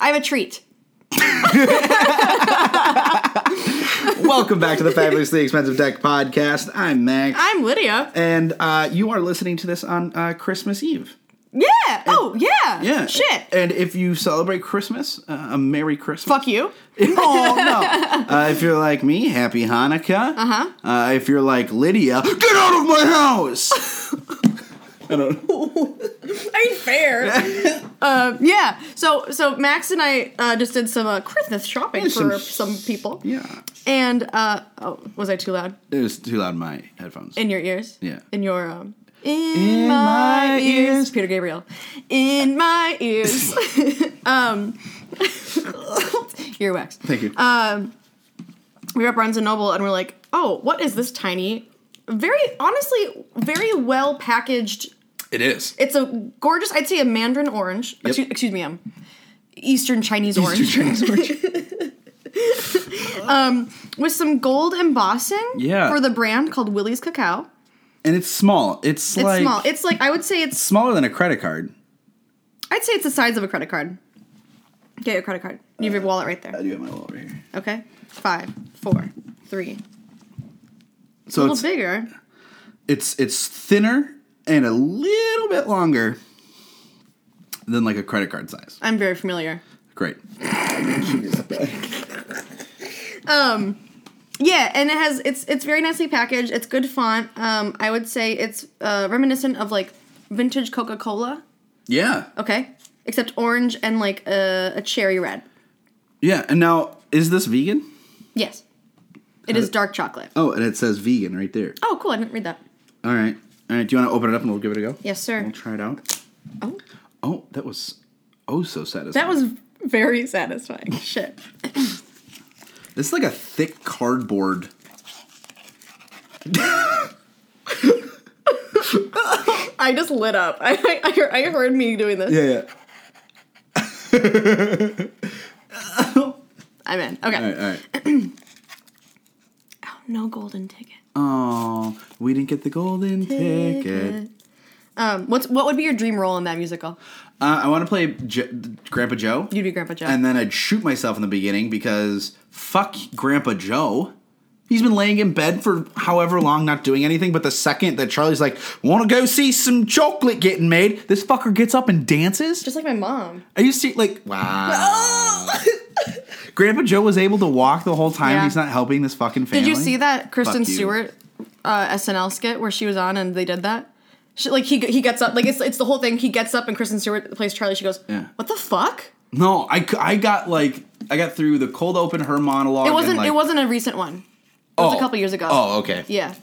I have a treat. Welcome back to the Fabulously Expensive Tech Podcast. I'm Max. I'm Lydia. and uh, you are listening to this on uh, Christmas Eve. Yeah. oh, yeah. Yeah. Shit. And if you celebrate Christmas, uh, a Merry Christmas. Fuck you. oh, no. Uh, if you're like me, Happy Hanukkah. Uh-huh. if you're like Lydia, get out of my house! I don't know. ain't fair. uh, yeah. So so Max and I uh, just did some uh, Christmas shopping Yeah, some for sh- some people. Yeah. And uh, oh, was I too loud It was too loud in my headphones. in your ears? Yeah. In your um. In, my my, ears. ears. Peter Gabriel. In my ears. um. earwax. Thank you. Um, we were at Barnes and Noble and we're like, oh, what is this tiny, very honestly, very well packaged? it is. It's a gorgeous, I'd say a mandarin orange. Yep. Excuse, excuse me, um, Eastern Chinese Two orange chains orange. with some gold embossing Yeah. for the brand called Willie's Cacao. and it's small. It's, It's like small. It's like I would say it's smaller than a credit card. I'd say it's the size of a credit card. Get your credit card. You have your wallet right I there. do have my wallet right here. Okay, five, four, three. So A little it's- bigger. it's it's thinner and a little bit longer than like a credit card size. I'm very familiar. Great. Yeah, and it has it's it's very nicely packaged. It's good font. Um, I would say it's uh, reminiscent of like vintage Coca Cola. yeah. Okay, except orange and like a, a cherry red. Yeah. And now is this vegan? Yes, it is dark chocolate. Oh, and it says vegan right there. Oh, cool! I didn't read that. All right. All right. Do you want to open it up and we'll give it a go? Yes, sir. We'll try it out. Oh, Oh, that was oh so satisfying. that was very satisfying. Shit. This is like a thick cardboard. I just lit up. I I, I heard me doing this. yeah. I'm in. Okay. All right. All right. Oh, no golden ticket. Oh, we didn't get the golden ticket. Um, what's what would be your dream role in that musical? Uh, I want to play J- Grandpa Joe. You'd be Grandpa Joe. and then I'd shoot myself in the beginning because fuck Grandpa Joe. He's been laying in bed for however long, not doing anything. But the second that Charlie's like, "Want to go see some chocolate getting made," this fucker gets up and dances. just like my mom. Are you see like wow? Grandpa Joe was able to walk the whole time. Yeah. He's not helping this fucking family. Did you see that Kristen Fuck you. Stewart uh, SNL skit where she was on and they did that? She, like he he gets up like it's it's the whole thing. He gets up and Kristen Stewart plays Charlie. She goes, Yeah. "What the fuck?" No, I, c- I got like I got through the cold open her monologue. It wasn't And, like, it wasn't a recent one. It was Oh. a couple years ago. Oh, okay. Yeah,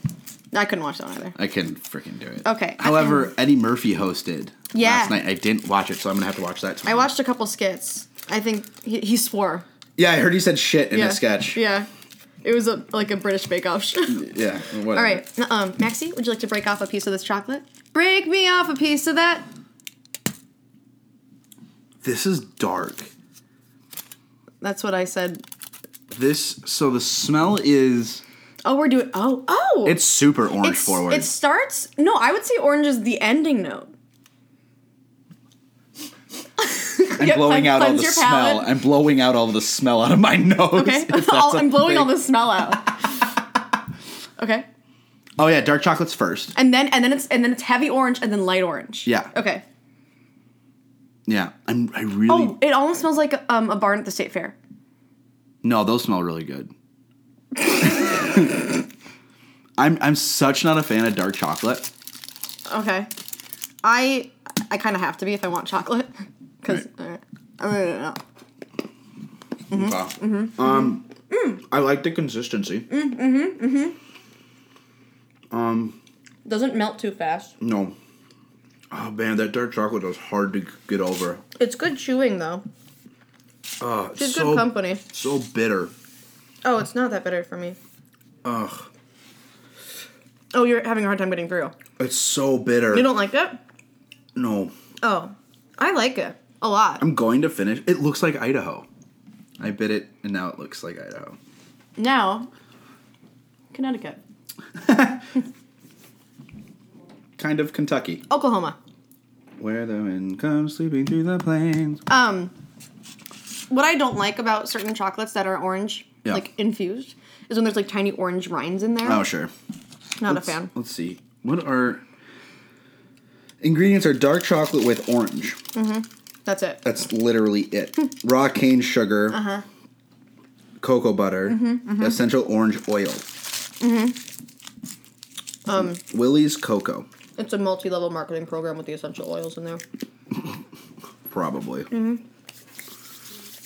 I couldn't watch that one either. I can freaking do it. Okay. However, Eddie Murphy hosted Yeah. last night. I didn't watch it, so I'm gonna have to watch that. I Tomorrow. watched a couple skits. I think he, he swore. yeah, I heard he said shit in Yeah. a sketch. Yeah, it was a like a British Bake Off. show. Yeah. Whatever. All right, um, Maxie, would you like to break off a piece of this chocolate? Break me off a piece of that. This is dark. That's what I said. This so the smell is Oh, we're doing. Oh, oh. it's super orange It's- forward. It starts. No, I would say orange is the ending note. I'm yeah, blowing clean- out all cleanse the your smell. palate. I'm blowing out all the smell out of my nose. Okay, if that's All- I'm a blowing all thing. the smell out. okay, Oh yeah, dark chocolate's first. and then and then it's and then it's heavy orange and then light orange. Yeah. Okay. Yeah, I'm. I really Oh, it almost smells like um, a barn at the state fair. no. Those smell really good. I'm I'm such not a fan of dark chocolate. Okay. I I kind of have to be if I want chocolate because. Mm-hmm. Um, I like the consistency. Doesn't melt too fast. No. Oh man, that dark chocolate is hard to get over. It's good chewing though. Oh, it's It's so, good company. so bitter. Oh, it's not that bitter for me. Ugh, Oh, you're having a hard time getting through. it's so bitter. You don't like it? no, Oh, I like it a lot. I'm going to finish. It looks like Idaho. I bit it, and now it looks like Idaho. Now, Connecticut, Kind of Kentucky, Oklahoma. where the wind comes sweeping through the plains. Um, what I don't like about certain chocolates that are orange, Yeah. like infused, is when there's like tiny orange rinds in there. Oh, sure. Not Let's- a fan. Let's see. What are ingredients? Are dark chocolate with orange. That's it. That's literally it. Raw cane sugar, cocoa butter, essential orange oil. Mm-hmm. Um, Willie's cocoa, It's a multi-level marketing program with the essential oils in there. probably.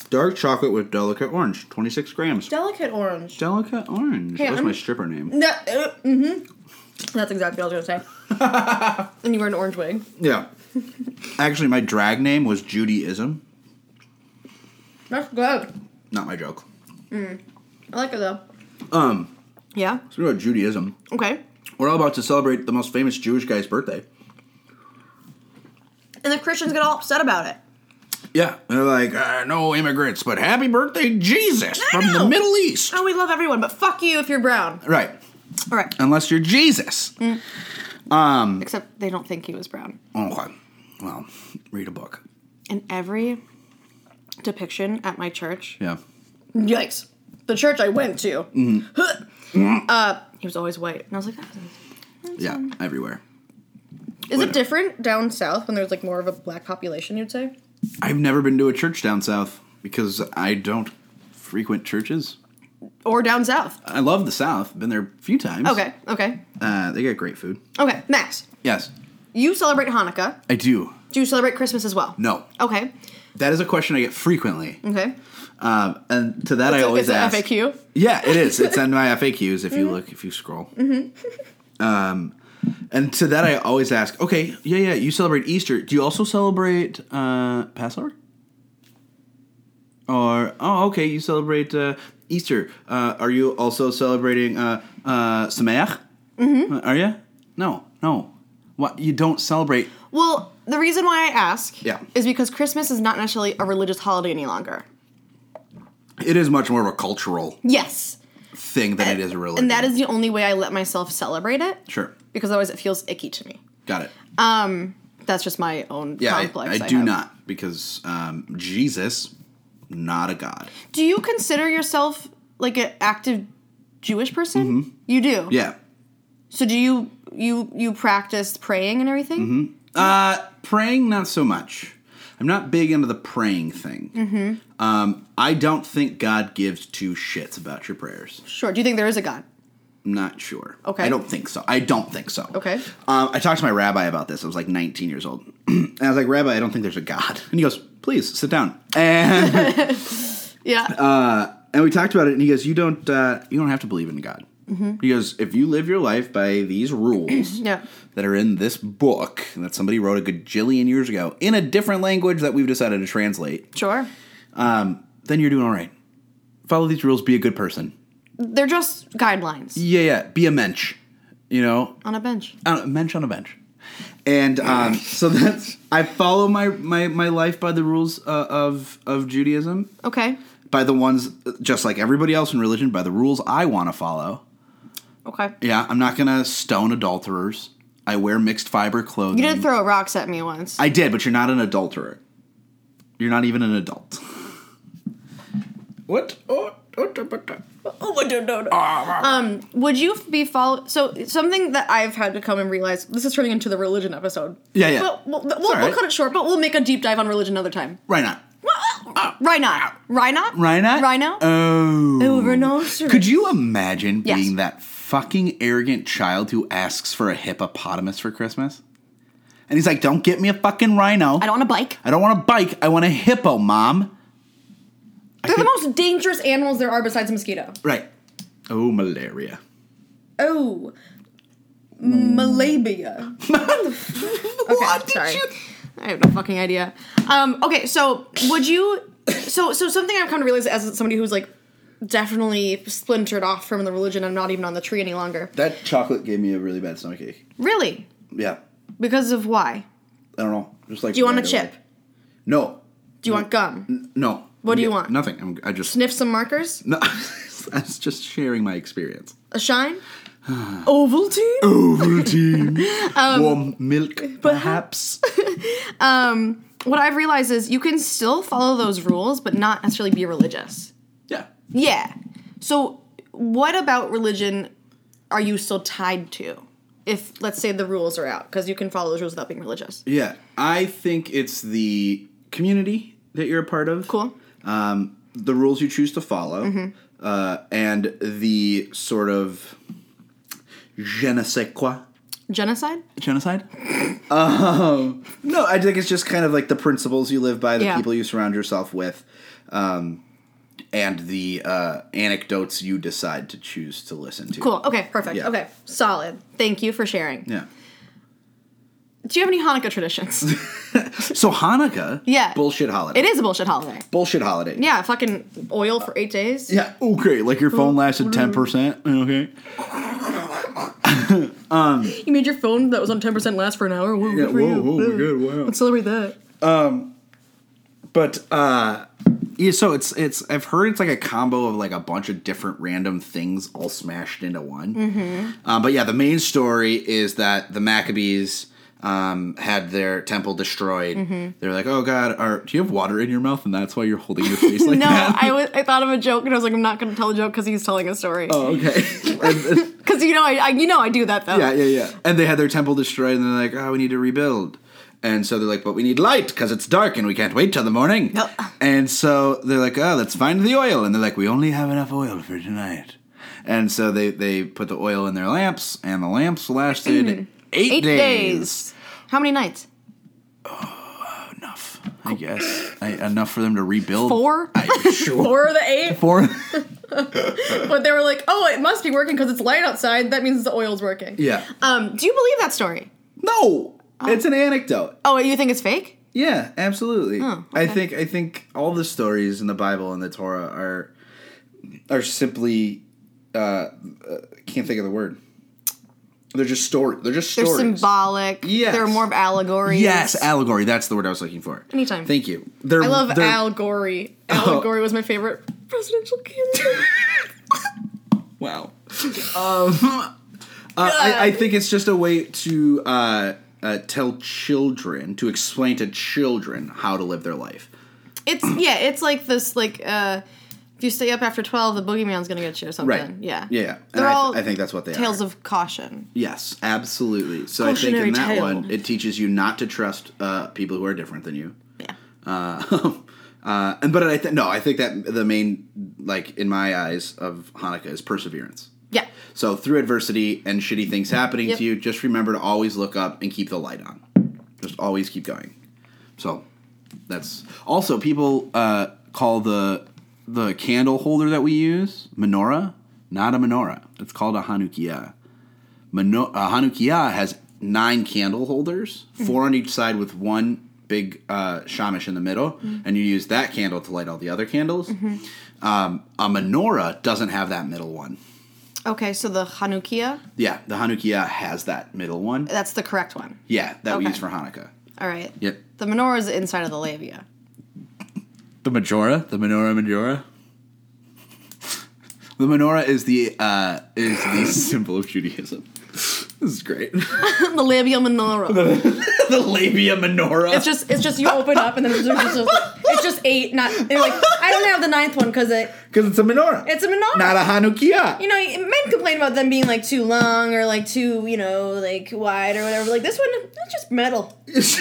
Dark chocolate with delicate orange, twenty six grams. Delicate orange. delicate orange. Hey, That's I'm- my stripper name. That, uh, mm-hmm. That's exactly what I was gonna say. and you wear an orange wig. Yeah. Actually, my drag name was Judyism. That's good. Not my joke. I like it though. Um, Yeah. speaking about Judaism, Okay. we're all about to celebrate the most famous Jewish guy's birthday. And the Christians get all upset about it. Yeah, they're like, uh, no immigrants, but happy birthday, Jesus I from the know. Middle East. Oh, we love everyone, but fuck you if you're brown. Right, All right. unless you're Jesus. Mm. Except they don't think he was brown. Okay, Oh, well, read a book. In every depiction at my church, Yeah. yikes, the church I went to, Huh. uh, he was always white, and I was like, "Ah, "That's- Yeah, everywhere. is it different down south when there's like more of a black population? You'd say. I've never been to a church down south because I don't frequent churches. Or down south. I love the South. Been there a few times. Okay, okay, Uh, they got great food. okay. Max, Yes, you celebrate Hanukkah. I do. Do you celebrate Christmas as well? No, Okay, that is a question I get frequently. okay. Um, and to that, I So always Mm. it's an ask. FAQ. Yeah, it is. It's on my FAQs if you look, if you scroll. Mm-hmm. Um, and to that, I always ask, okay, yeah, yeah, you celebrate Easter. Do you also celebrate uh, Passover? Or, oh, okay, you celebrate uh, Easter. Uh, are you also celebrating uh, uh, Sameach? Mm-hmm. are you? No, no. What, you don't celebrate. Well, the reason why I ask Yeah. is because Christmas is not necessarily a religious holiday any longer. It is much more of a cultural Yes. thing than it is a religion. And that is the only way I let myself celebrate it. Sure. Because otherwise it feels icky to me. Got it. Um, That's just my own Yeah, I, complex. I do have. not because um, Jesus, not a god. Do you consider yourself like an active Jewish person? You do. Mm-hmm. Yeah. So do you you you practice praying and everything? Uh, praying, not so much. I'm not big into the praying thing. Mm-hmm. Um, I don't think God gives two shits about your prayers. Sure. Do you think there is a God? Not sure. Okay. I don't think so. I don't think so. Okay. Um, I talked to my rabbi about this. I was like 19 years old. and I was like, Rabbi, I don't think there's a God. And he goes, Please sit down. And, Yeah. Uh, and we talked about it. And he goes, You don't, uh, you don't have to believe in God. Mm-hmm. He goes, If you live your life by these rules, yeah. that are in this book that somebody wrote a gajillion years ago in a different language that we've decided to translate, um, Sure. then you're doing all right. Follow these rules, be a good person. They're just guidelines Yeah, yeah, be a mensch. You know, on a bench. I don't- mensch on a bench. And um, so that's I follow my my, my life by the rules uh, of of Judaism, Okay. by the ones just like everybody else in religion, by the rules I want to follow. Okay. Yeah, I'm not gonna stone adulterers. I wear mixed fiber clothing. You did throw rocks at me once. Mm. I did, but you're not an adulterer. You're not even an adult. What? Oh, oh, da, ba, da. Oh, but no, no, no. Um, would you be follow? So something that I've had to come and realize this is turning into the religion episode. Yeah, yeah. But we'll, we'll, all right. we'll cut it short, but we'll make a deep dive on religion another time. Why not? Rhino, rhino, Rhino? rhino. Oh. Ooh, rhinoceros. Could you imagine Yes. being that fucking arrogant child who asks for a hippopotamus for Christmas? And he's like, don't get me a fucking rhino. I don't want a bike. I don't want a bike. I want a hippo, mom. I They're the could- most dangerous animals there are besides a mosquito. Right. Oh, malaria. Oh, malaria. what sorry. I have no fucking idea. Um, okay, so would you? So, so something I've come to realize as somebody who's like definitely splintered off from the religion. I'm not even on the tree any longer. That chocolate gave me a really bad stomach ache. Really, Yeah. because of why? I don't know. Just like Do you want a right chip? away. No. Do you want gum? No. What do you Yeah, want? Nothing. I'm, I just. Sniff some markers? No. I was just sharing my experience. A shine? Ovaltine? Um, Ovaltine. Warm milk, perhaps. what I've realized is you can still follow those rules, but not necessarily be religious. Yeah. Yeah. So, what about religion are you still tied to? If, let's say, the rules are out, because you can follow those rules without being religious. Yeah. I think it's the community that you're a part of. Cool. Mm-hmm. Um, the rules you choose to follow, uh, and the sort of je ne sais quoi. Genocide? Genocide? um, no, I think it's just kind of like the principles you live by, the Yeah. people you surround yourself with, um, and the uh, anecdotes you decide to choose to listen to. Cool. Okay, perfect. Yeah. Okay, solid. Thank you for sharing. Yeah. Do you have any Hanukkah traditions? So Hanukkah. Yeah. Bullshit holiday. it is a bullshit holiday. Bullshit holiday. Yeah, fucking oil for eight days. Yeah. Okay. Like your phone lasted ten percent. Okay. You made your phone that was on 10% last for an hour. Whoa, good for you. Wow. Let's celebrate that. But uh, yeah. So it's it's I've heard it's like a combo of like a bunch of different random things all smashed into one. Mm-hmm. Um, but yeah, the main story is that the Maccabees. Um, had their temple destroyed. Mm-hmm. They're like, "Oh God, are, do you have water in your mouth?" And that's why you're holding your face like No, that. I was- I thought of a joke and I was like, I'm not going to tell a joke because he's telling a story. oh, okay. Because you know, I, I you know I do that though. yeah, yeah, yeah. And they had their temple destroyed, and they're like, "Oh, we need to rebuild." And so they're like, "But we need light because it's dark, and we can't wait till the morning." Yep. And so they're like, "Oh, let's find the oil." And they're like, "We only have enough oil for tonight." And so they they put the oil in their lamps, and the lamps lasted eight, Eight days. Oh, days. How many nights? Enough, I guess. I, enough for them to rebuild. Four? I, sure. Four of the eight? Four. But they were like, oh, it must be working because it's light outside. That means the oil's working. yeah. Um, do you believe that story? No, it's an anecdote. Oh, you think it's fake? Yeah, absolutely. I Oh, okay. think I think all the stories in the Bible and the Torah are are simply uh, uh can't think of the word. They're just story. They're just They're stories. symbolic. Yes. They're more of allegories. yes, allegory. That's the word I was looking for. Anytime. Thank you. They're, I love they're- Al Gore. Al Oh. Gore was my favorite presidential candidate. Wow. um, uh, I, I think it's just a way to uh, uh, tell children to explain to children how to live their life. it's yeah, it's like this like uh if you stay up after twelve, the boogeyman's gonna get you or something. Right. Yeah. Yeah. And They're I, th- all I think that's what they are. Tales of caution. Yes, absolutely. So I think Cautionary in that tale. one, it teaches you not to trust uh, people who are different than you. Yeah. Uh, uh, and but I think no, I think that the main like in my eyes of Hanukkah is perseverance. Yeah. So through adversity and shitty things happening Yep. to you, just remember to always look up and keep the light on. Just always keep going. So that's also people uh, call the the candle holder that we use menorah, not a menorah. It's called a Hanukkah. Mano- uh, Hanukkah has nine candle holders, four on each side with one big uh, shamash in the middle, and you use that candle to light all the other candles. Um, a menorah doesn't have that middle one. Okay, so the Hanukkah, Yeah, the Hanukkah has that middle one. that's the correct one. Yeah, that we Okay. use for Hanukkah. All right. Yep. The menorah is inside of the labia. The majora, the menorah majora. The menorah is the uh, is the symbol of Judaism. This is great. the labial menorah. the labia menorah. It's just it's just you open up and then there's just it's just eight, not and you're like I don't have the ninth one because it because it's a menorah. it's a menorah. not a Hanukkah. you know, men complain about them being like too long or like too, you know, like wide or whatever. Like this one, it's just metal. it's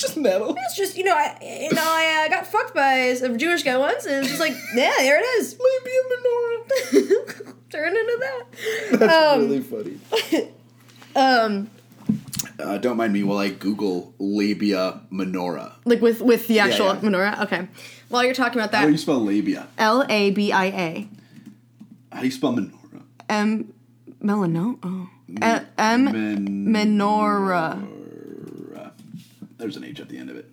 just metal. It's just, you know, I, you know, I uh, got fucked by a Jewish guy once, and it's just like, yeah, there it is. Labia menorah. Turn into That's that. Um, really funny. um, Uh, don't mind me while I Google labia menorah. like with with the actual yeah. menorah. Okay. While you're talking about How do you that, spell labia? L A B I A How do you spell menorah? M melano oh Uh, M Men- menorah. There's an H at the end of it.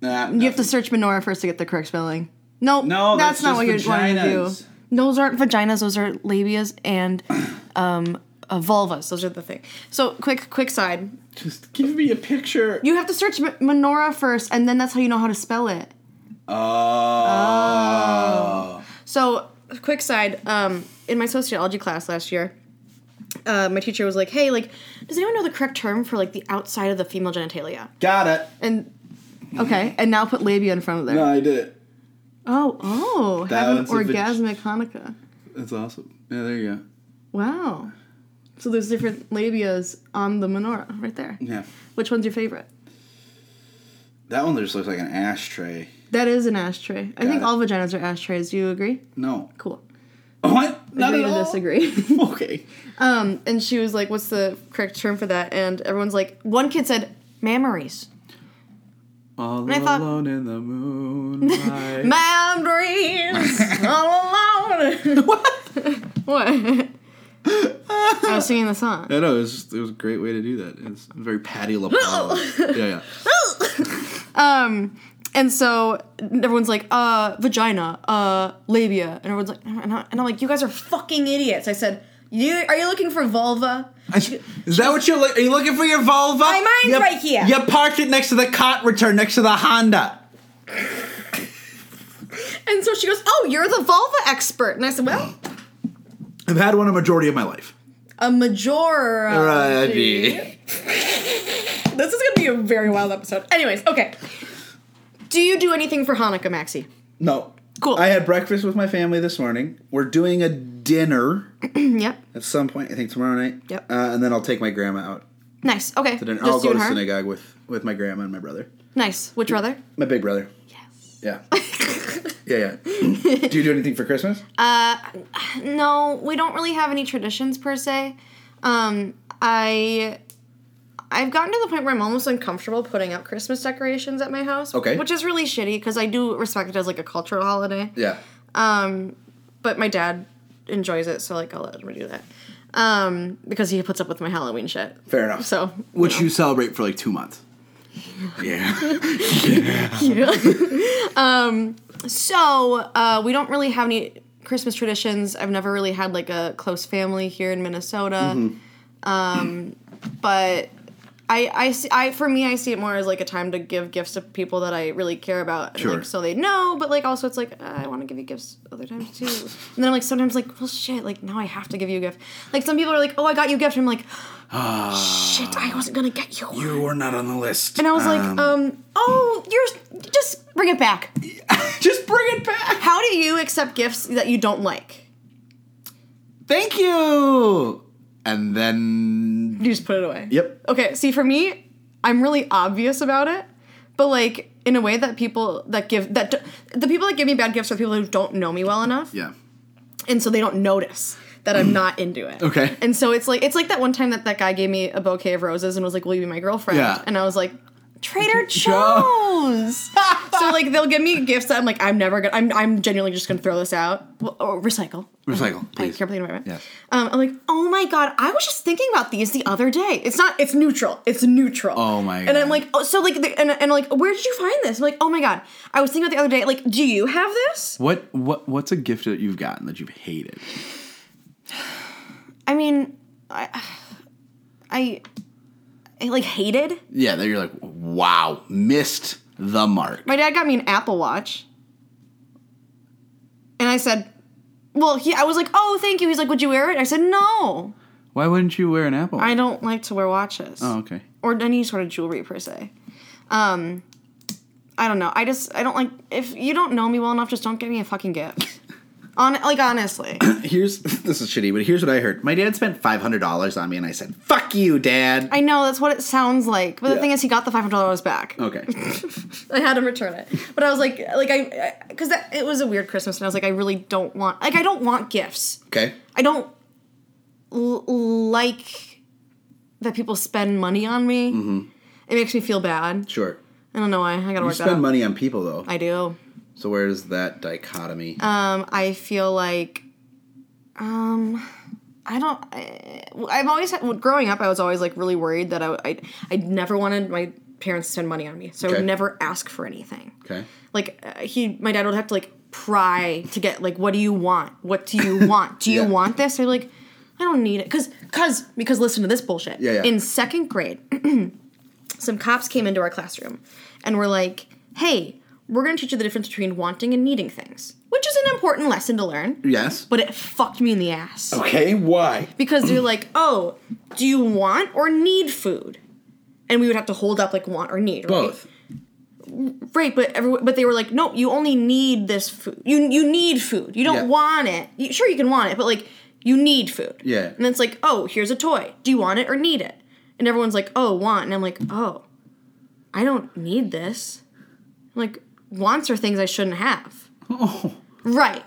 Nah, You have to search menorah first to get the correct spelling. No, No, that's, that's not what you're just trying to do. vaginas. Those aren't vaginas. Those are labias and um, uh, vulvas. Those are the thing. So quick, quick side. just give me a picture. You have to search m- menorah first, and then that's how you know how to spell it. oh. So, quick side. Um, in my sociology class last year, uh, my teacher was like, "Hey, like, does anyone know the correct term for like the outside of the female genitalia?" Got it. And okay, and now put labia in front of there. No, I did it. Oh, oh, That have an one's a vag- orgasmic Hanukkah. That's awesome. Yeah, there you go. Wow. So there's different labias on the menorah right there. Yeah. Which one's your favorite? That one just looks like an ashtray. That is an ashtray. I think it. all vaginas are ashtrays. Do you agree? No. Cool. What? Not Agree at to all. disagree. Okay. Um, and she was like, "What's the correct term for that?" And everyone's like, one kid said, "Mammaries." All I thought- alone in the moonlight. Mammaries, all alone. what? What? I was singing the song. I know it was just, it was a great way to do that. It's very Patty LaPaula. yeah, yeah. Um, and so everyone's like, "Uh, vagina, uh, labia," and everyone's like, and, I, and I'm like, "You guys are fucking idiots." I said, "You are you looking for vulva?" Is that what you're? Li- are you looking for your Volvo? My mine's right here. You parked it next to the cot return, next to the Honda. And so she goes, "Oh, you're the vulva expert," and I said, "Well." I've had one a majority of my life. a majority. Right. This is gonna be a very wild episode. Anyways, okay. Do you do anything for Hanukkah, Maxie? No. Cool. I had breakfast with my family this morning. We're doing a dinner Mm, yep. at some point. I think tomorrow night. Yep. Uh, and then I'll take my grandma out. Nice. Okay. Then Just I'll you go to and her. synagogue with with my grandma and my brother, Nice. Which brother? my big brother. Yes. Yeah. yeah, yeah. do you do anything for Christmas? Uh, no, we don't really have any traditions per se. Um, I. I've gotten to the point where I'm almost uncomfortable putting up Christmas decorations at my house. Okay. Which is really shitty because I do respect it as like a cultural holiday. yeah. Um, but my dad enjoys it, so like I'll let him do that. Um, because he puts up with my Halloween shit. Fair enough. So Which you celebrate for like two months. Yeah. Um, so uh, we don't really have any Christmas traditions. I've never really had like a close family here in Minnesota. Um, but I, I, see, I, for me, I see it more as like a time to give gifts to people that I really care about, and, Sure. like, so they know. But like, also, it's like uh, I want to give you gifts other times too. And then I'm like, sometimes like, well, shit, like now I have to give you a gift. Like some people are like, oh, I got you a gift. And I'm like, shit, I wasn't gonna get you. one. you were not on the list. And I was like, um, oh, you're just bring it back. just bring it back. How do you accept gifts that you don't like? Thank you. And then. You just put it away. Yep. Okay, see for me, I'm really obvious about it, but like in a way that people that give that d- the people that give me bad gifts are people who don't know me well enough, Yeah. and so they don't notice that I'm not into it. Okay. And so it's like it's like that one time that that guy gave me a bouquet of roses and was like, "Will you be my girlfriend?" Yeah. And I was like, "Trader Joe." Joe's." so like they'll give me gifts that I'm like, I'm never gonna. I'm I'm genuinely just gonna throw this out Well, or recycle. Recycle, I please. can't believe environment. Yes. Um, I'm like, oh my god, I was just thinking about these the other day. It's not. It's neutral. It's neutral. Oh my And I'm God. like, oh, so like, the, and and like, where did you find this? I'm like, oh my god, I was thinking about the other day. Like, do you have this? What what what's a gift that you've gotten that you've hated? I mean, I, I, I like hated. Yeah, that you're like, wow, missed the mark. My dad got me an Apple Watch. And I said, well, he, I was like, oh, thank you. He's like, would you wear it? I said, no. Why wouldn't you wear an apple? I don't like to wear watches. oh, okay. Or any sort of jewelry, per se. Um, I don't know. I just, I don't like, if you don't know me well enough, just don't give me a fucking gift. On, like, honestly. Here's this is shitty, but here's what I heard. My dad spent five hundred dollars on me, and I said, "Fuck you, dad." I know that's what it sounds like, but the Yeah. Oh. thing is, he got the five hundred dollars back. okay. I had him return it, but I was like, like I, because that it was a weird Christmas, and I was like, I really don't want, like, I don't want gifts. Okay. I don't l- like that people spend money on me. It makes me feel bad. Sure. I don't know why. I gotta Mm-hmm. You work that out. spend money on people though. I do. So where is that dichotomy? Um, I feel like, um, I don't. I, I've always had, growing up. I was always like really worried that I, I, I never wanted my parents to spend money on me, so I Okay. would never ask for anything. okay. like uh, he my dad would have to like pry to get like what do you want what do you want do you Yeah. want this i'd be like i don't need it because because because listen to this bullshit Yeah, yeah. in second grade some cops came into our classroom and were like hey we're going to teach you the difference between wanting and needing things which is an an important lesson to learn, Yes. but it fucked me in the ass. okay, why? Because you're like, oh, do you want or need food? And we would have to hold up like want or need, right? Both. Right, but every, but they were like, no, you only need this food. You you need food. You don't Yeah. want it. You, sure, you can want it, but like you need food. Yeah. And it's like, oh, here's a toy. Do you want it or need it? And everyone's like, oh, want. And I'm like, oh, I don't need this. Like wants are things I shouldn't have. Oh, Right.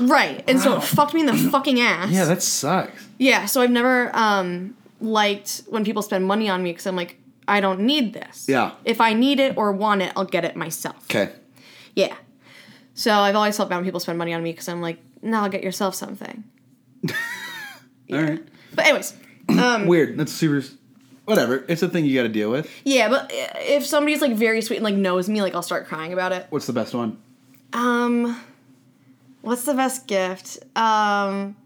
Right. And so it fucked me in the fucking ass. yeah, that sucks. Yeah, so I've never um, liked when people spend money on me because I'm like, I don't need this. Yeah. If I need it or want it, I'll get it myself. Okay. Yeah. So I've always felt bad when people spend money on me because I'm like, no, I'll get yourself something. All right. But anyways, Um, Weird. That's super. Whatever. It's a thing you got to deal with. yeah. But i- if somebody's like very sweet and like knows me, like I'll start crying about it. What's the best one? Um, what's the best gift? Um,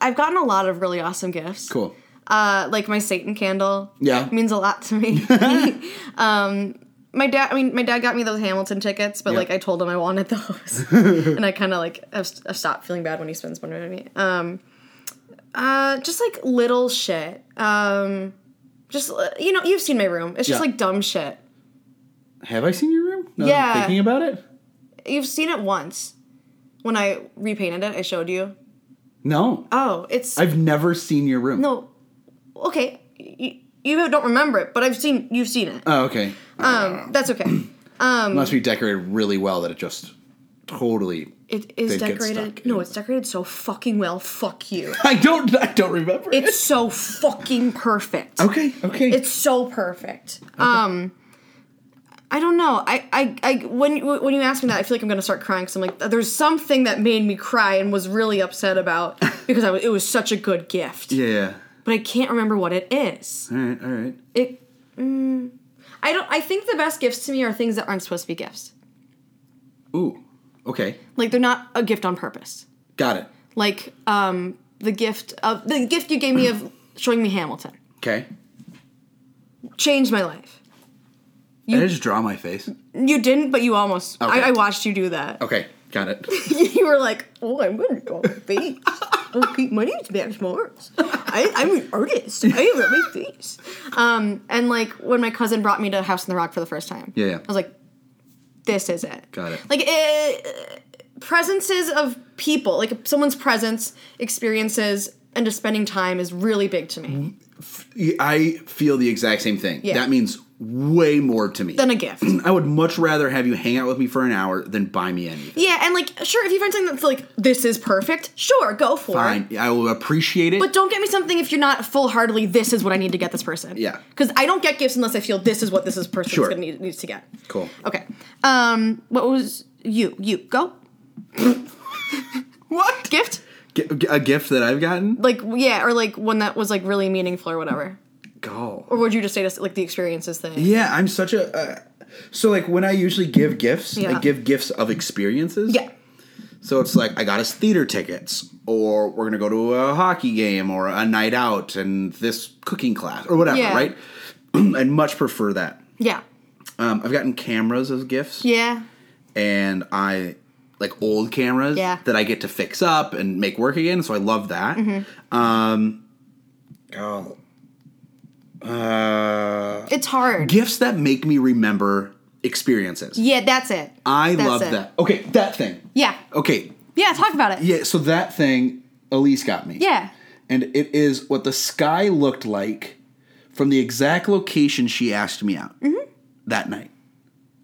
I've gotten a lot of really awesome gifts. Cool. uh, like my Satan candle. Yeah. means a lot to me. um, my dad. I mean, my dad got me those Hamilton tickets, but Yeah. like I told him I wanted those, and I kind of like I've, I've stopped feeling bad when he spends money on me. Um, uh, just like little shit. Um, just uh, you know, you've seen my room. It's just Yeah. like dumb shit. Have I seen your room? No, Yeah. Thinking about it? You've seen it once when I repainted it. I showed you. No. Oh, it's I've never seen your room. no. Okay, you, you don't remember it, but I've seen you've seen it. Oh, okay. Um, that's okay. Um, Must be decorated really well that it just totally. It is They'd get decorated. stuck No, in- it's decorated so fucking well. Fuck you. I don't. I don't remember. it. It's so fucking perfect. okay. Okay. It's so perfect. Um, I don't know. I, I, I, when you- when you ask me that, I feel like I'm gonna start crying because I'm like, there's something that made me cry and was really upset about because I was, it was such a good gift, yeah. yeah. but I can't remember what it is. All right. All right. It. mm, I don't. I think the best gifts to me are things that aren't supposed to be gifts. Ooh. Okay. Like they're not a gift on purpose. Got it. like um, the gift of the gift you gave me of showing me Hamilton Okay. changed my life. I Did I just draw my face? You didn't, but you almost. Okay. I, I watched you do that. Okay. Got it. you were like, "Oh, I'm gonna go on face. Oh, Okay, my name's Max Morris. I, I'm an artist. I have my face." Um, and like when my cousin brought me to House on the Rock for the first time, Yeah, yeah. I was like, "This is it." Got it. Like eh, presences of people, like someone's presence, experiences, and just spending time is really big to me. Mm-hmm. I feel the exact same thing. Yeah. That means way more to me. than a gift. I would much rather have you hang out with me for an hour than buy me anything. yeah, and like, sure, if you find something that's like, this is perfect, sure, go for it. I, I will appreciate it. But don't get me something if you're not full heartedly, this is what I need to get this person. Yeah. Because I don't get gifts unless I feel this is what this is person's Sure. gonna need, needs to get. cool. Okay. Um, what was you? You go What? gift? G- g- a gift that I've gotten? Like yeah, or like one that was like really meaningful or whatever. Go. Or would you just say just like the experiences thing? Yeah, I'm such a. Uh, so like when I usually give gifts, I Yeah. give gifts of experiences. Yeah. So it's like I got us theater tickets, or we're gonna go to a hockey game, or a night out, and this cooking class, or whatever. Yeah. Right? I'd much prefer that. Yeah. Um, I've gotten cameras as gifts, Yeah. and I like old cameras Yeah. that I get to fix up and make work again. So I love that. Mm-hmm. Um, oh, uh, It's hard. gifts that make me remember experiences. yeah, that's it. I That's love it. that. Okay, that thing. Yeah. Okay, Yeah, talk about it. yeah. So that thing Elise got me. Yeah. and it is what the sky looked like from the exact location she asked me out that night.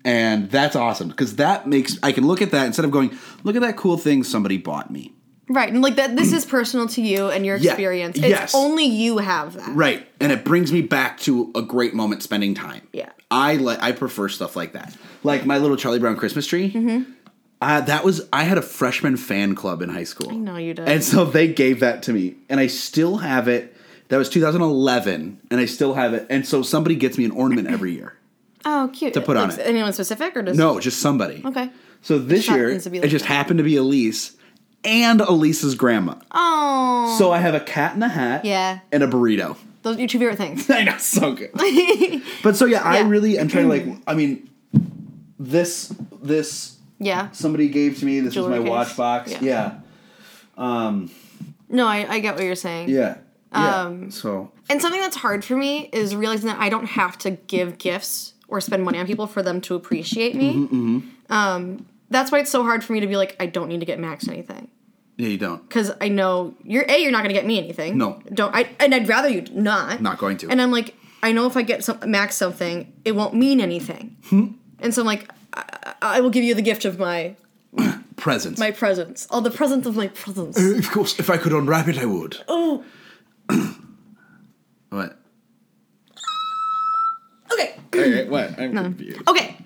And that's awesome because that makes I can look at that instead of going, look at that cool thing somebody bought me. Right, and like that, this is personal to you and your Yeah, experience. It's yes. only you have that. Right. And it brings me back to a great moment spending time. Yeah. I like I prefer stuff like that. Like my little Charlie Brown Christmas tree. Mm-hmm. Uh, that was I had a freshman fan club in high school. I know you did. And so they gave that to me, and I still have it. That was 2011, and I still have it. And so somebody gets me an ornament every year. Oh, cute. To put on it. Anyone specific or just No, just somebody. Okay. So this just year, happens to be it like just that. happened to be Elise and Elise's grandma. Oh, So I have a cat in a hat, Yeah. and a burrito. those are your two favorite things. I know, so good. but so yeah, I Yeah. really am trying to like. I mean, this this Yeah. somebody gave to me. This Jewelry was my case. watch box. Yeah. Yeah. No, I, I get what you're saying. Yeah. Yeah. Um, so And something that's hard for me is realizing that I don't have to give gifts or spend money on people for them to appreciate me. Um, Mm-hmm, that's why it's so hard for me to be like, I don't need to get Max anything. yeah, you don't. Because I know you're a, you're not gonna get me anything. No. don't. I and I'd rather you not. Not going to. And I'm like, I know if I get some, Max something, it won't mean anything. Hmm. And so I'm like, I, I I will give you the gift of my Presents. my presence, all the presence of my presence. of course, if I could unwrap it, I would. Oh. what? Okay. Okay, what? I'm confused. Okay.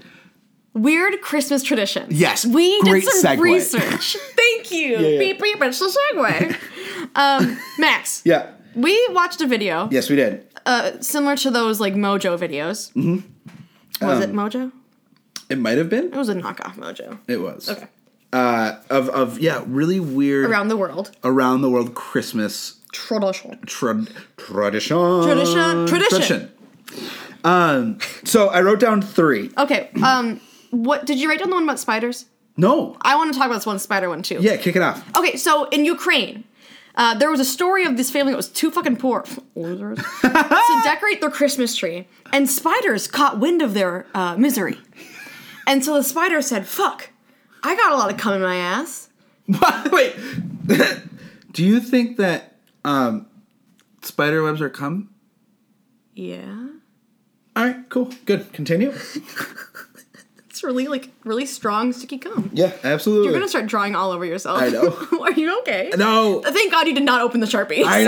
Weird Christmas traditions. Yes, We great did some segue. research. Thank you. yeah. Beep, beep, it's the segue. um, Max. Yeah. We watched a video Yes, we did. uh, similar to those like Mojo videos. Mm-hmm. Was Um, it Mojo? It might have been. It was a knockoff Mojo. It was. Mm. Okay. Uh, of of yeah, really weird around, Around the world. the world Christmas Tradition. tra- tradition. Tradition- tradition. Um. So I wrote down three. Okay. Um, what did you write down the one about spiders? No. I want to talk about this one spider one too. Yeah, kick it off. Okay, so in Ukraine, uh, there was a story of this family that was too fucking poor, losers, to decorate their Christmas tree, and spiders caught wind of their uh, misery. And so the spider said, fuck, I got a lot of cum in my ass. Wait. Do you think that um, spider webs are cum? Yeah. All right, cool, good. Continue. It's really, like, really strong, sticky cum. Yeah, absolutely. You're gonna start drawing all over yourself. I know. Are you okay? no, Thank God you did not open the Sharpie. I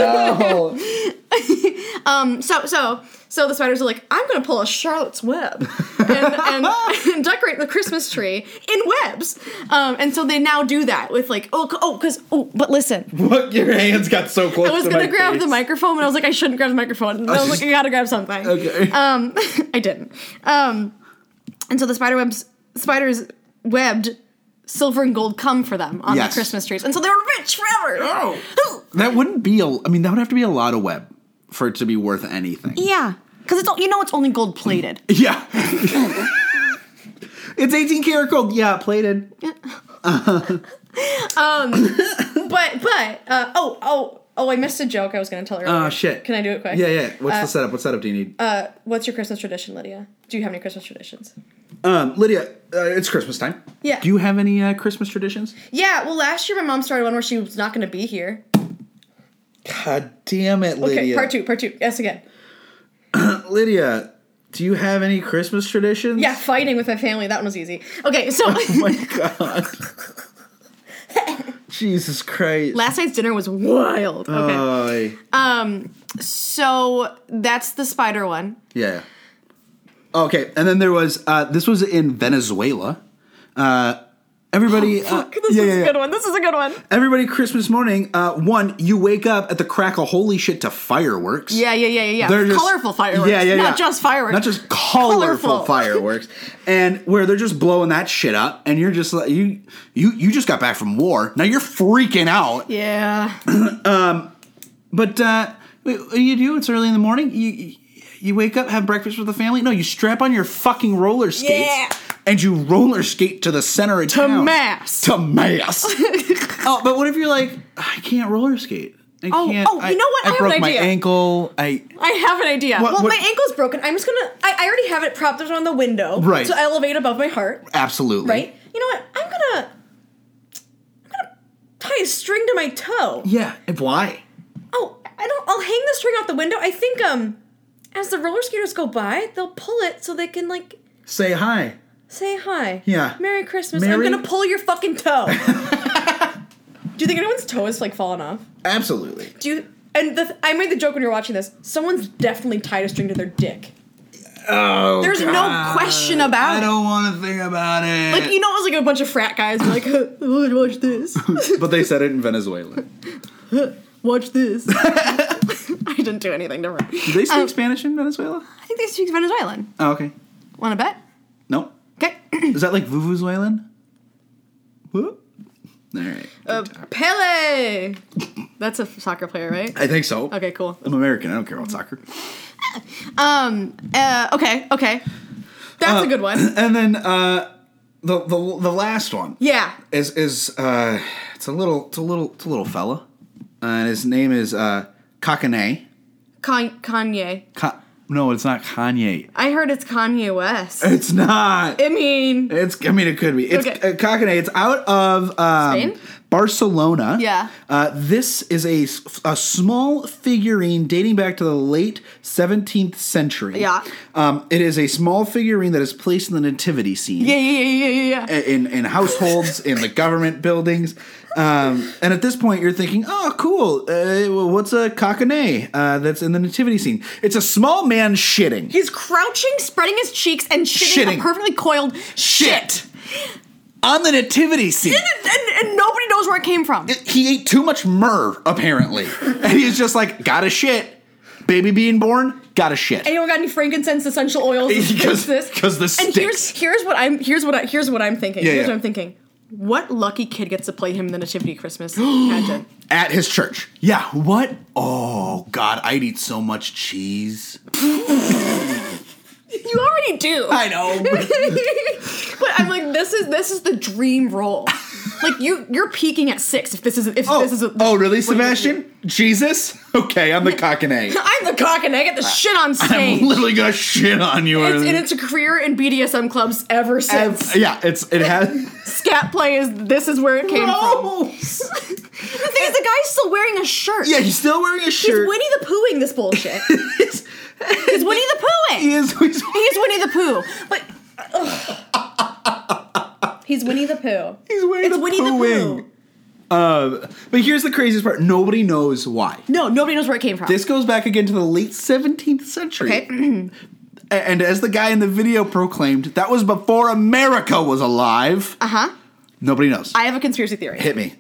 know. Um, So so so the spiders are like, I'm gonna pull a Charlotte's web and, and, and decorate the Christmas tree in webs. Um, and so they now do that with like, oh c- oh, because oh, but listen, what? Your hands got so close. I was to gonna my grab face. the microphone, and I was like, I shouldn't grab the microphone. And I was like, I gotta grab something. Okay. Um, I didn't. Um, and so the spider webs spiders webbed silver and gold come for them on Yes. the Christmas trees, and so they were rich forever. Oh. that wouldn't be a. I mean, that would have to be a lot of web for it to be worth anything. yeah, because it's all you know, it's only gold plated. Yeah. it's 18 karat gold. Yeah, plated. But but uh, oh oh oh! I missed a joke I was going to tell her. Oh shit. Can I do it quick? Yeah, yeah. What's the setup? What setup do you need? Uh, what's your Christmas tradition, Lydia? Do you have any Christmas traditions? um, Lydia, uh, it's Christmas time. Yeah. Do you have any uh, Christmas traditions? Yeah. Well, last year my mom started one where she was not going to be here. God damn it, Lydia. Okay. Part two. Part two. Yes, again. Lydia, do you have any Christmas traditions? Yeah, fighting with my family. That one was easy. Okay. So Oh my god. Jesus Christ. last night's dinner was wild. Okay. Ay. um. So that's the spider one. Yeah. Okay, and then there was uh, this was in Venezuela. Uh, everybody, uh, Oh, Fuck, this yeah, is yeah, a yeah. good one. This is a good one. Everybody, Christmas morning, uh, one you wake up at the crack of holy shit to fireworks. Yeah. Yeah. Yeah. Yeah. They're yeah. just- Colorful fireworks. Yeah, yeah, Not yeah. just fireworks. Not just colorful, Colorful. fireworks, and where they're just blowing that shit up, and you're just like you, you, you just got back from war. Now you're freaking out. Yeah. But uh, what do you do? It's early in the morning. You- You you wake up, have breakfast with the family. No, you strap on your fucking roller skates Yeah. and you roller skate to the center of The town. mass. To mass. oh, but what if you're like, I can't roller skate. I Oh, can't. oh, you know what? I, I have an broke my idea. ankle. I I have an idea. well, what- my ankle's broken. I'm just gonna. I, I already have it propped up on the window Right. to elevate above my heart. absolutely Right. You know what? I'm gonna. I'm gonna tie a string to my toe. Yeah. And why? Oh, I don't. I'll hang the string off the window. I think um, as the roller skaters go by, they'll pull it so they can like Say hi. say hi. Yeah. Merry Christmas. I'm Merry- gonna pull your fucking toe. Do you think anyone's toe is like falling off? Absolutely. Do you? And the, I made the joke when you're watching this. Someone's definitely tied a string to their dick. Oh, There's no question about I it. don't want to think about it. Like you know, it was like a bunch of frat guys were like, "Huh, watch this, but they said it in Venezuela. watch this. I didn't do anything different. Do they speak Um, Spanish in Venezuela? I think they speak Venezuelan. Oh, okay. Want to bet? Nope. Okay. Is that like Vuvuzuelan? Whoop. All right. uh, Pele. That's a soccer player, right? I think so. Okay, cool. I'm American. I don't care about soccer. Um. Uh, okay. Okay. That's a good one. And then uh, the the, the last one Yeah. is is uh, it's a little it's a little it's a little fella, uh, and his name is uh, Kakane. Kan- Kanye. Ka- no, it's not Kanye. I heard it's Kanye West. It's not. I mean, It's. I mean, it could be. It's Okay. uh, Kakane. It's out of um, Spain? Barcelona. Yeah. Uh, this is a s- a small figurine dating back to the late 17th century. Yeah. Um, it is a small figurine that is placed in the nativity scene. yeah, yeah, yeah, yeah, yeah, yeah. In, in households, in the government buildings. Um, and at this point, you're thinking, oh, cool. Uh, well, what's a cockane uh, that's in the nativity scene? It's a small man shitting. He's crouching, spreading his cheeks, and shitting, Shitting. a perfectly coiled shit. On the nativity scene. And, and, and nobody knows where it came from. he ate too much myrrh, apparently. and he's just like, gotta shit. Baby being born, gotta shit. Anyone got any frankincense essential oils? to fix Because- this, 'cause this And here's stinks. here's what I'm here's what I, here's what I'm thinking. Yeah, here's yeah. what I'm thinking. What lucky kid gets to play him in the nativity Christmas pageant? At his church. Yeah, what? Oh, God, I'd eat so much cheese. You already do. I know. but I'm like, this is this is the dream role. Like you you're peaking at six if this is if oh, this is a, oh, really, Sebastian? Jesus? Okay, I'm the cock and egg. I'm the cock and I get the shit on stage. I'm literally gonna shit on you. it's, and it's a career in BDSM clubs ever since. yeah, it's it has Scat play is this is where it came from. no. The thing is, the guy's still wearing a shirt. Yeah, he's still wearing a He's shirt. Winnie the Poohing this bullshit. He's Winnie the Poohing. he is. He's, He's Winnie the Pooh. But ugh. he's Winnie the Pooh. he's wearing It's a Winnie the poo Pooh. wing. Uh, but here's the craziest part: nobody knows why. No, nobody knows where it came from. This goes back again to the late 17th century. okay. A- And as the guy in the video proclaimed, that was before America was alive. Uh huh. Nobody knows. I have a conspiracy theory. Hit me.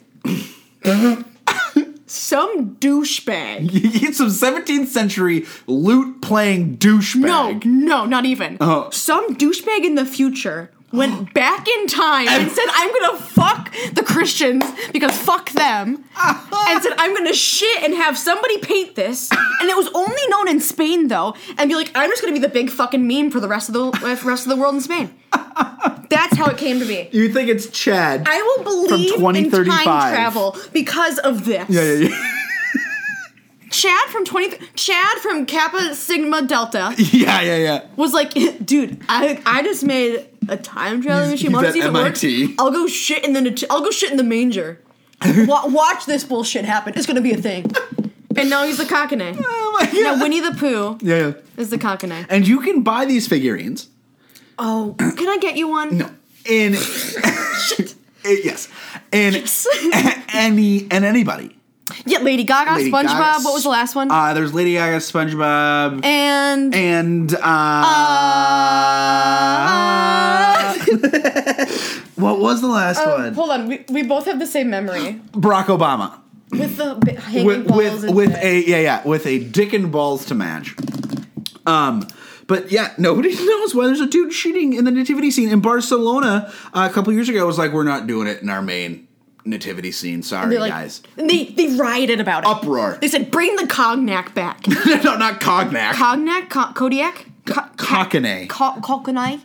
Some douchebag. It's some 17th century loot playing douchebag. No, no, not even. Oh. Some douchebag in the future went back in time and said, I'm gonna fuck the Christians because fuck them. Uh-huh. and said, I'm gonna shit and have somebody paint this. And it was only known in Spain though, and be like, I'm just gonna be the big fucking meme for the rest of the uh, rest of the world in Spain. That's how it came to be. You think it's Chad? I will believe in time 2035. travel because of this. yeah, yeah, yeah. Chad from 20 Chad from Kappa Sigma Delta yeah, yeah, yeah. was like, dude, I I just made a time traveling He's- machine. Why he's does it at even work? MIT. I'll go shit in the nat- I'll go shit in the manger. Wa- watch this bullshit happen. It's gonna be a thing. And now he's the cockney. Oh my god. Now Winnie the Pooh yeah, yeah. is the cockney. And you can buy these figurines. Oh, can I get you one? No. In Shit. it, Uh, yes. In Yes. any and anybody. Yeah, Lady Gaga, Lady SpongeBob. Gaga, What was the last one? Uh, there's Lady Gaga, SpongeBob, and uh, and uh, what was the last uh, one? hold on, we, we both have the same memory Barack Obama with the bi- hanging with balls with and with shit. a yeah yeah with a dick and balls to match. Um, but yeah, nobody knows why there's a dude shooting in the nativity scene in Barcelona uh, a couple years ago. Was like, we're not doing it in our main nativity scene. Sorry, They're like, guys. and they they rioted about it. Uproar. They said, "Bring the cognac back." no, not Cognac. Cognac, co- Kodiak, Cockney. Co- Cockney,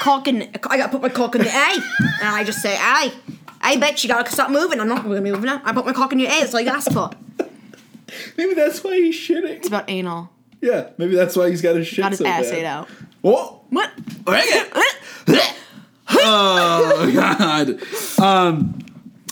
Cockney. I gotta put my cock in the A, and I just say, "Aye, I bet you gotta stop moving." I'm not gonna be moving now. I put my cock in your A. That's all you asked for. It's Maybe that's why he's shitting. about anal. Yeah, maybe that's why he's got his shit Got his so ass bad. ate out. Oh, What? oh God. Um,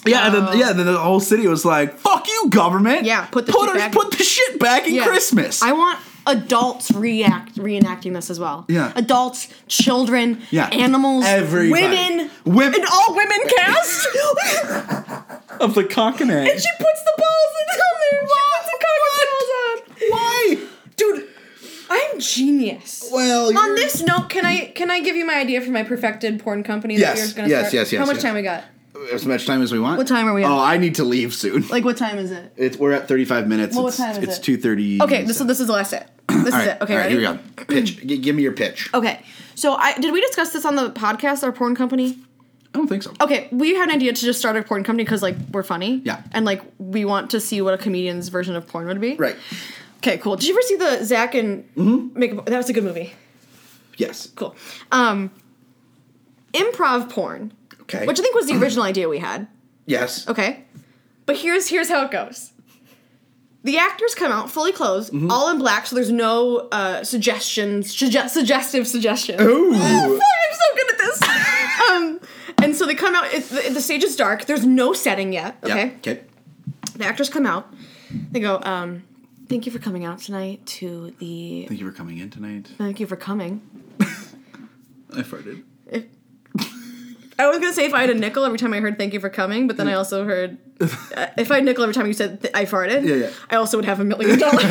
yeah, and then, yeah. Then the whole city was like, "Fuck you, government." Oh. Yeah, put the put, shit us- back- put the shit back in Yeah. Christmas. I want adults react reenacting this as well. Yeah. Adults, children, Yeah. animals, Everybody. women, Women- and all women cast. of the cockney. she puts the balls in their mouth. She puts the cock balls on. Why? Dude, I'm genius. Well, On you're- this note, can I can I give you my idea for my perfected porn company Yes, that you're gonna yes, start? yes, yes, How much yes. time we got? as much time as we want. What time are we at? Oh, I need to leave soon. Like what time is it? It's, we're at 35 minutes. Well, what it's time is it's it? 2:30. Okay, this, so this is the last set. This All is right, it. Okay, all right, ready? here we go. Pitch. G- give me your pitch. Okay. So I did we discuss this on the podcast, our porn company? I don't think so. Okay, we had an idea to just start a porn company because like we're funny. Yeah. And like we want to see what a comedian's version of porn would be. Right. Mm-hmm. Okay, cool. Did you ever see the Zach and Make a, that was a good movie. Yes. Cool. Um improv porn, Okay. which I think Oh. was the original idea we had. yes. Okay. But here's here's how it goes. The actors come out fully clothed, Mm-hmm. all in black, so there's no uh, suggestions, suge- suggestive suggestions. Ooh. I'm so good at this. um, and so they come out. It's, the, the stage is dark. There's no setting yet. Yeah, Okay. Okay. The actors come out. They go. Um, Thank you for coming out tonight to the. Thank you for coming in tonight. Thank you for coming. I farted. If, I was gonna say if I had a nickel every time I heard "thank you for coming," but then I also heard uh, if I had a nickel every time you said th- "I farted." Yeah, yeah. I also would have a million dollars.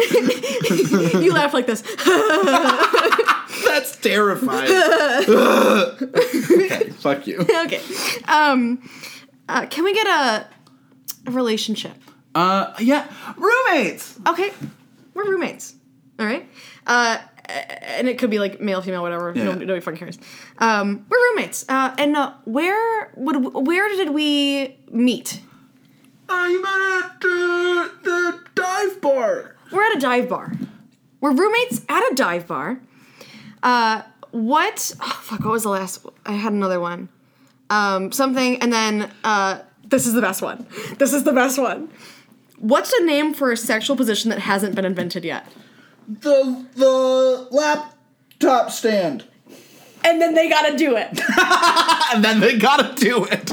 you laugh like this. That's terrifying. okay. Fuck you. okay. Um, uh, can we get a, a relationship? Uh, yeah. Roommates. Okay, we're roommates. All right. Uh, a- and it could be like male, female, whatever. No, yeah. nobody fucking cares. Um, we're roommates. Uh, and uh, where would where did we meet? Oh, you met at uh, the dive bar. We're at a dive bar. We're roommates at a dive bar. Uh, what? Oh, fuck. What was the last? I had another one. Um, something, and then uh, this is the best one. This is the best one. What's a name for a sexual position that hasn't been invented yet? The the laptop stand. And then they gotta do it. And then they gotta do it.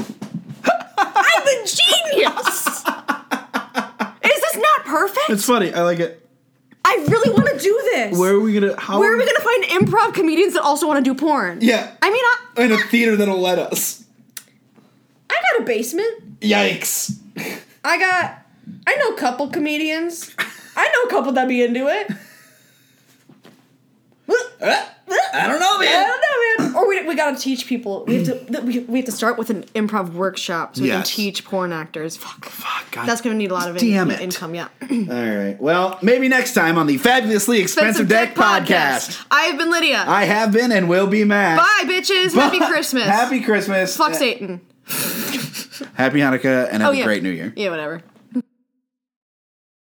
I'm a genius. is this not perfect? It's funny. I like it. I really want to do this. Where are we gonna? How Where are we gonna find improv comedians that also want to do porn? Yeah. I mean, I, in a theater that'll let us? I got a basement. Yikes. I got. I know a couple comedians. I know a couple that be into it. I don't know, I don't know, man. Or we, we gotta teach people. We have to we, we have to start with an improv workshop so we Yes. can teach porn actors. Fuck. Fuck, God. That's gonna need a lot of in- Damn it. income. Yeah. All right. Well, maybe next time on the fabulously expensive, deck, podcast. I've been Lydia. I have been and will be mad. Bye, bitches. Happy Christmas. Happy Christmas. Fuck Satan. Happy Hanukkah and have Oh a yeah. great New Year. Yeah, whatever.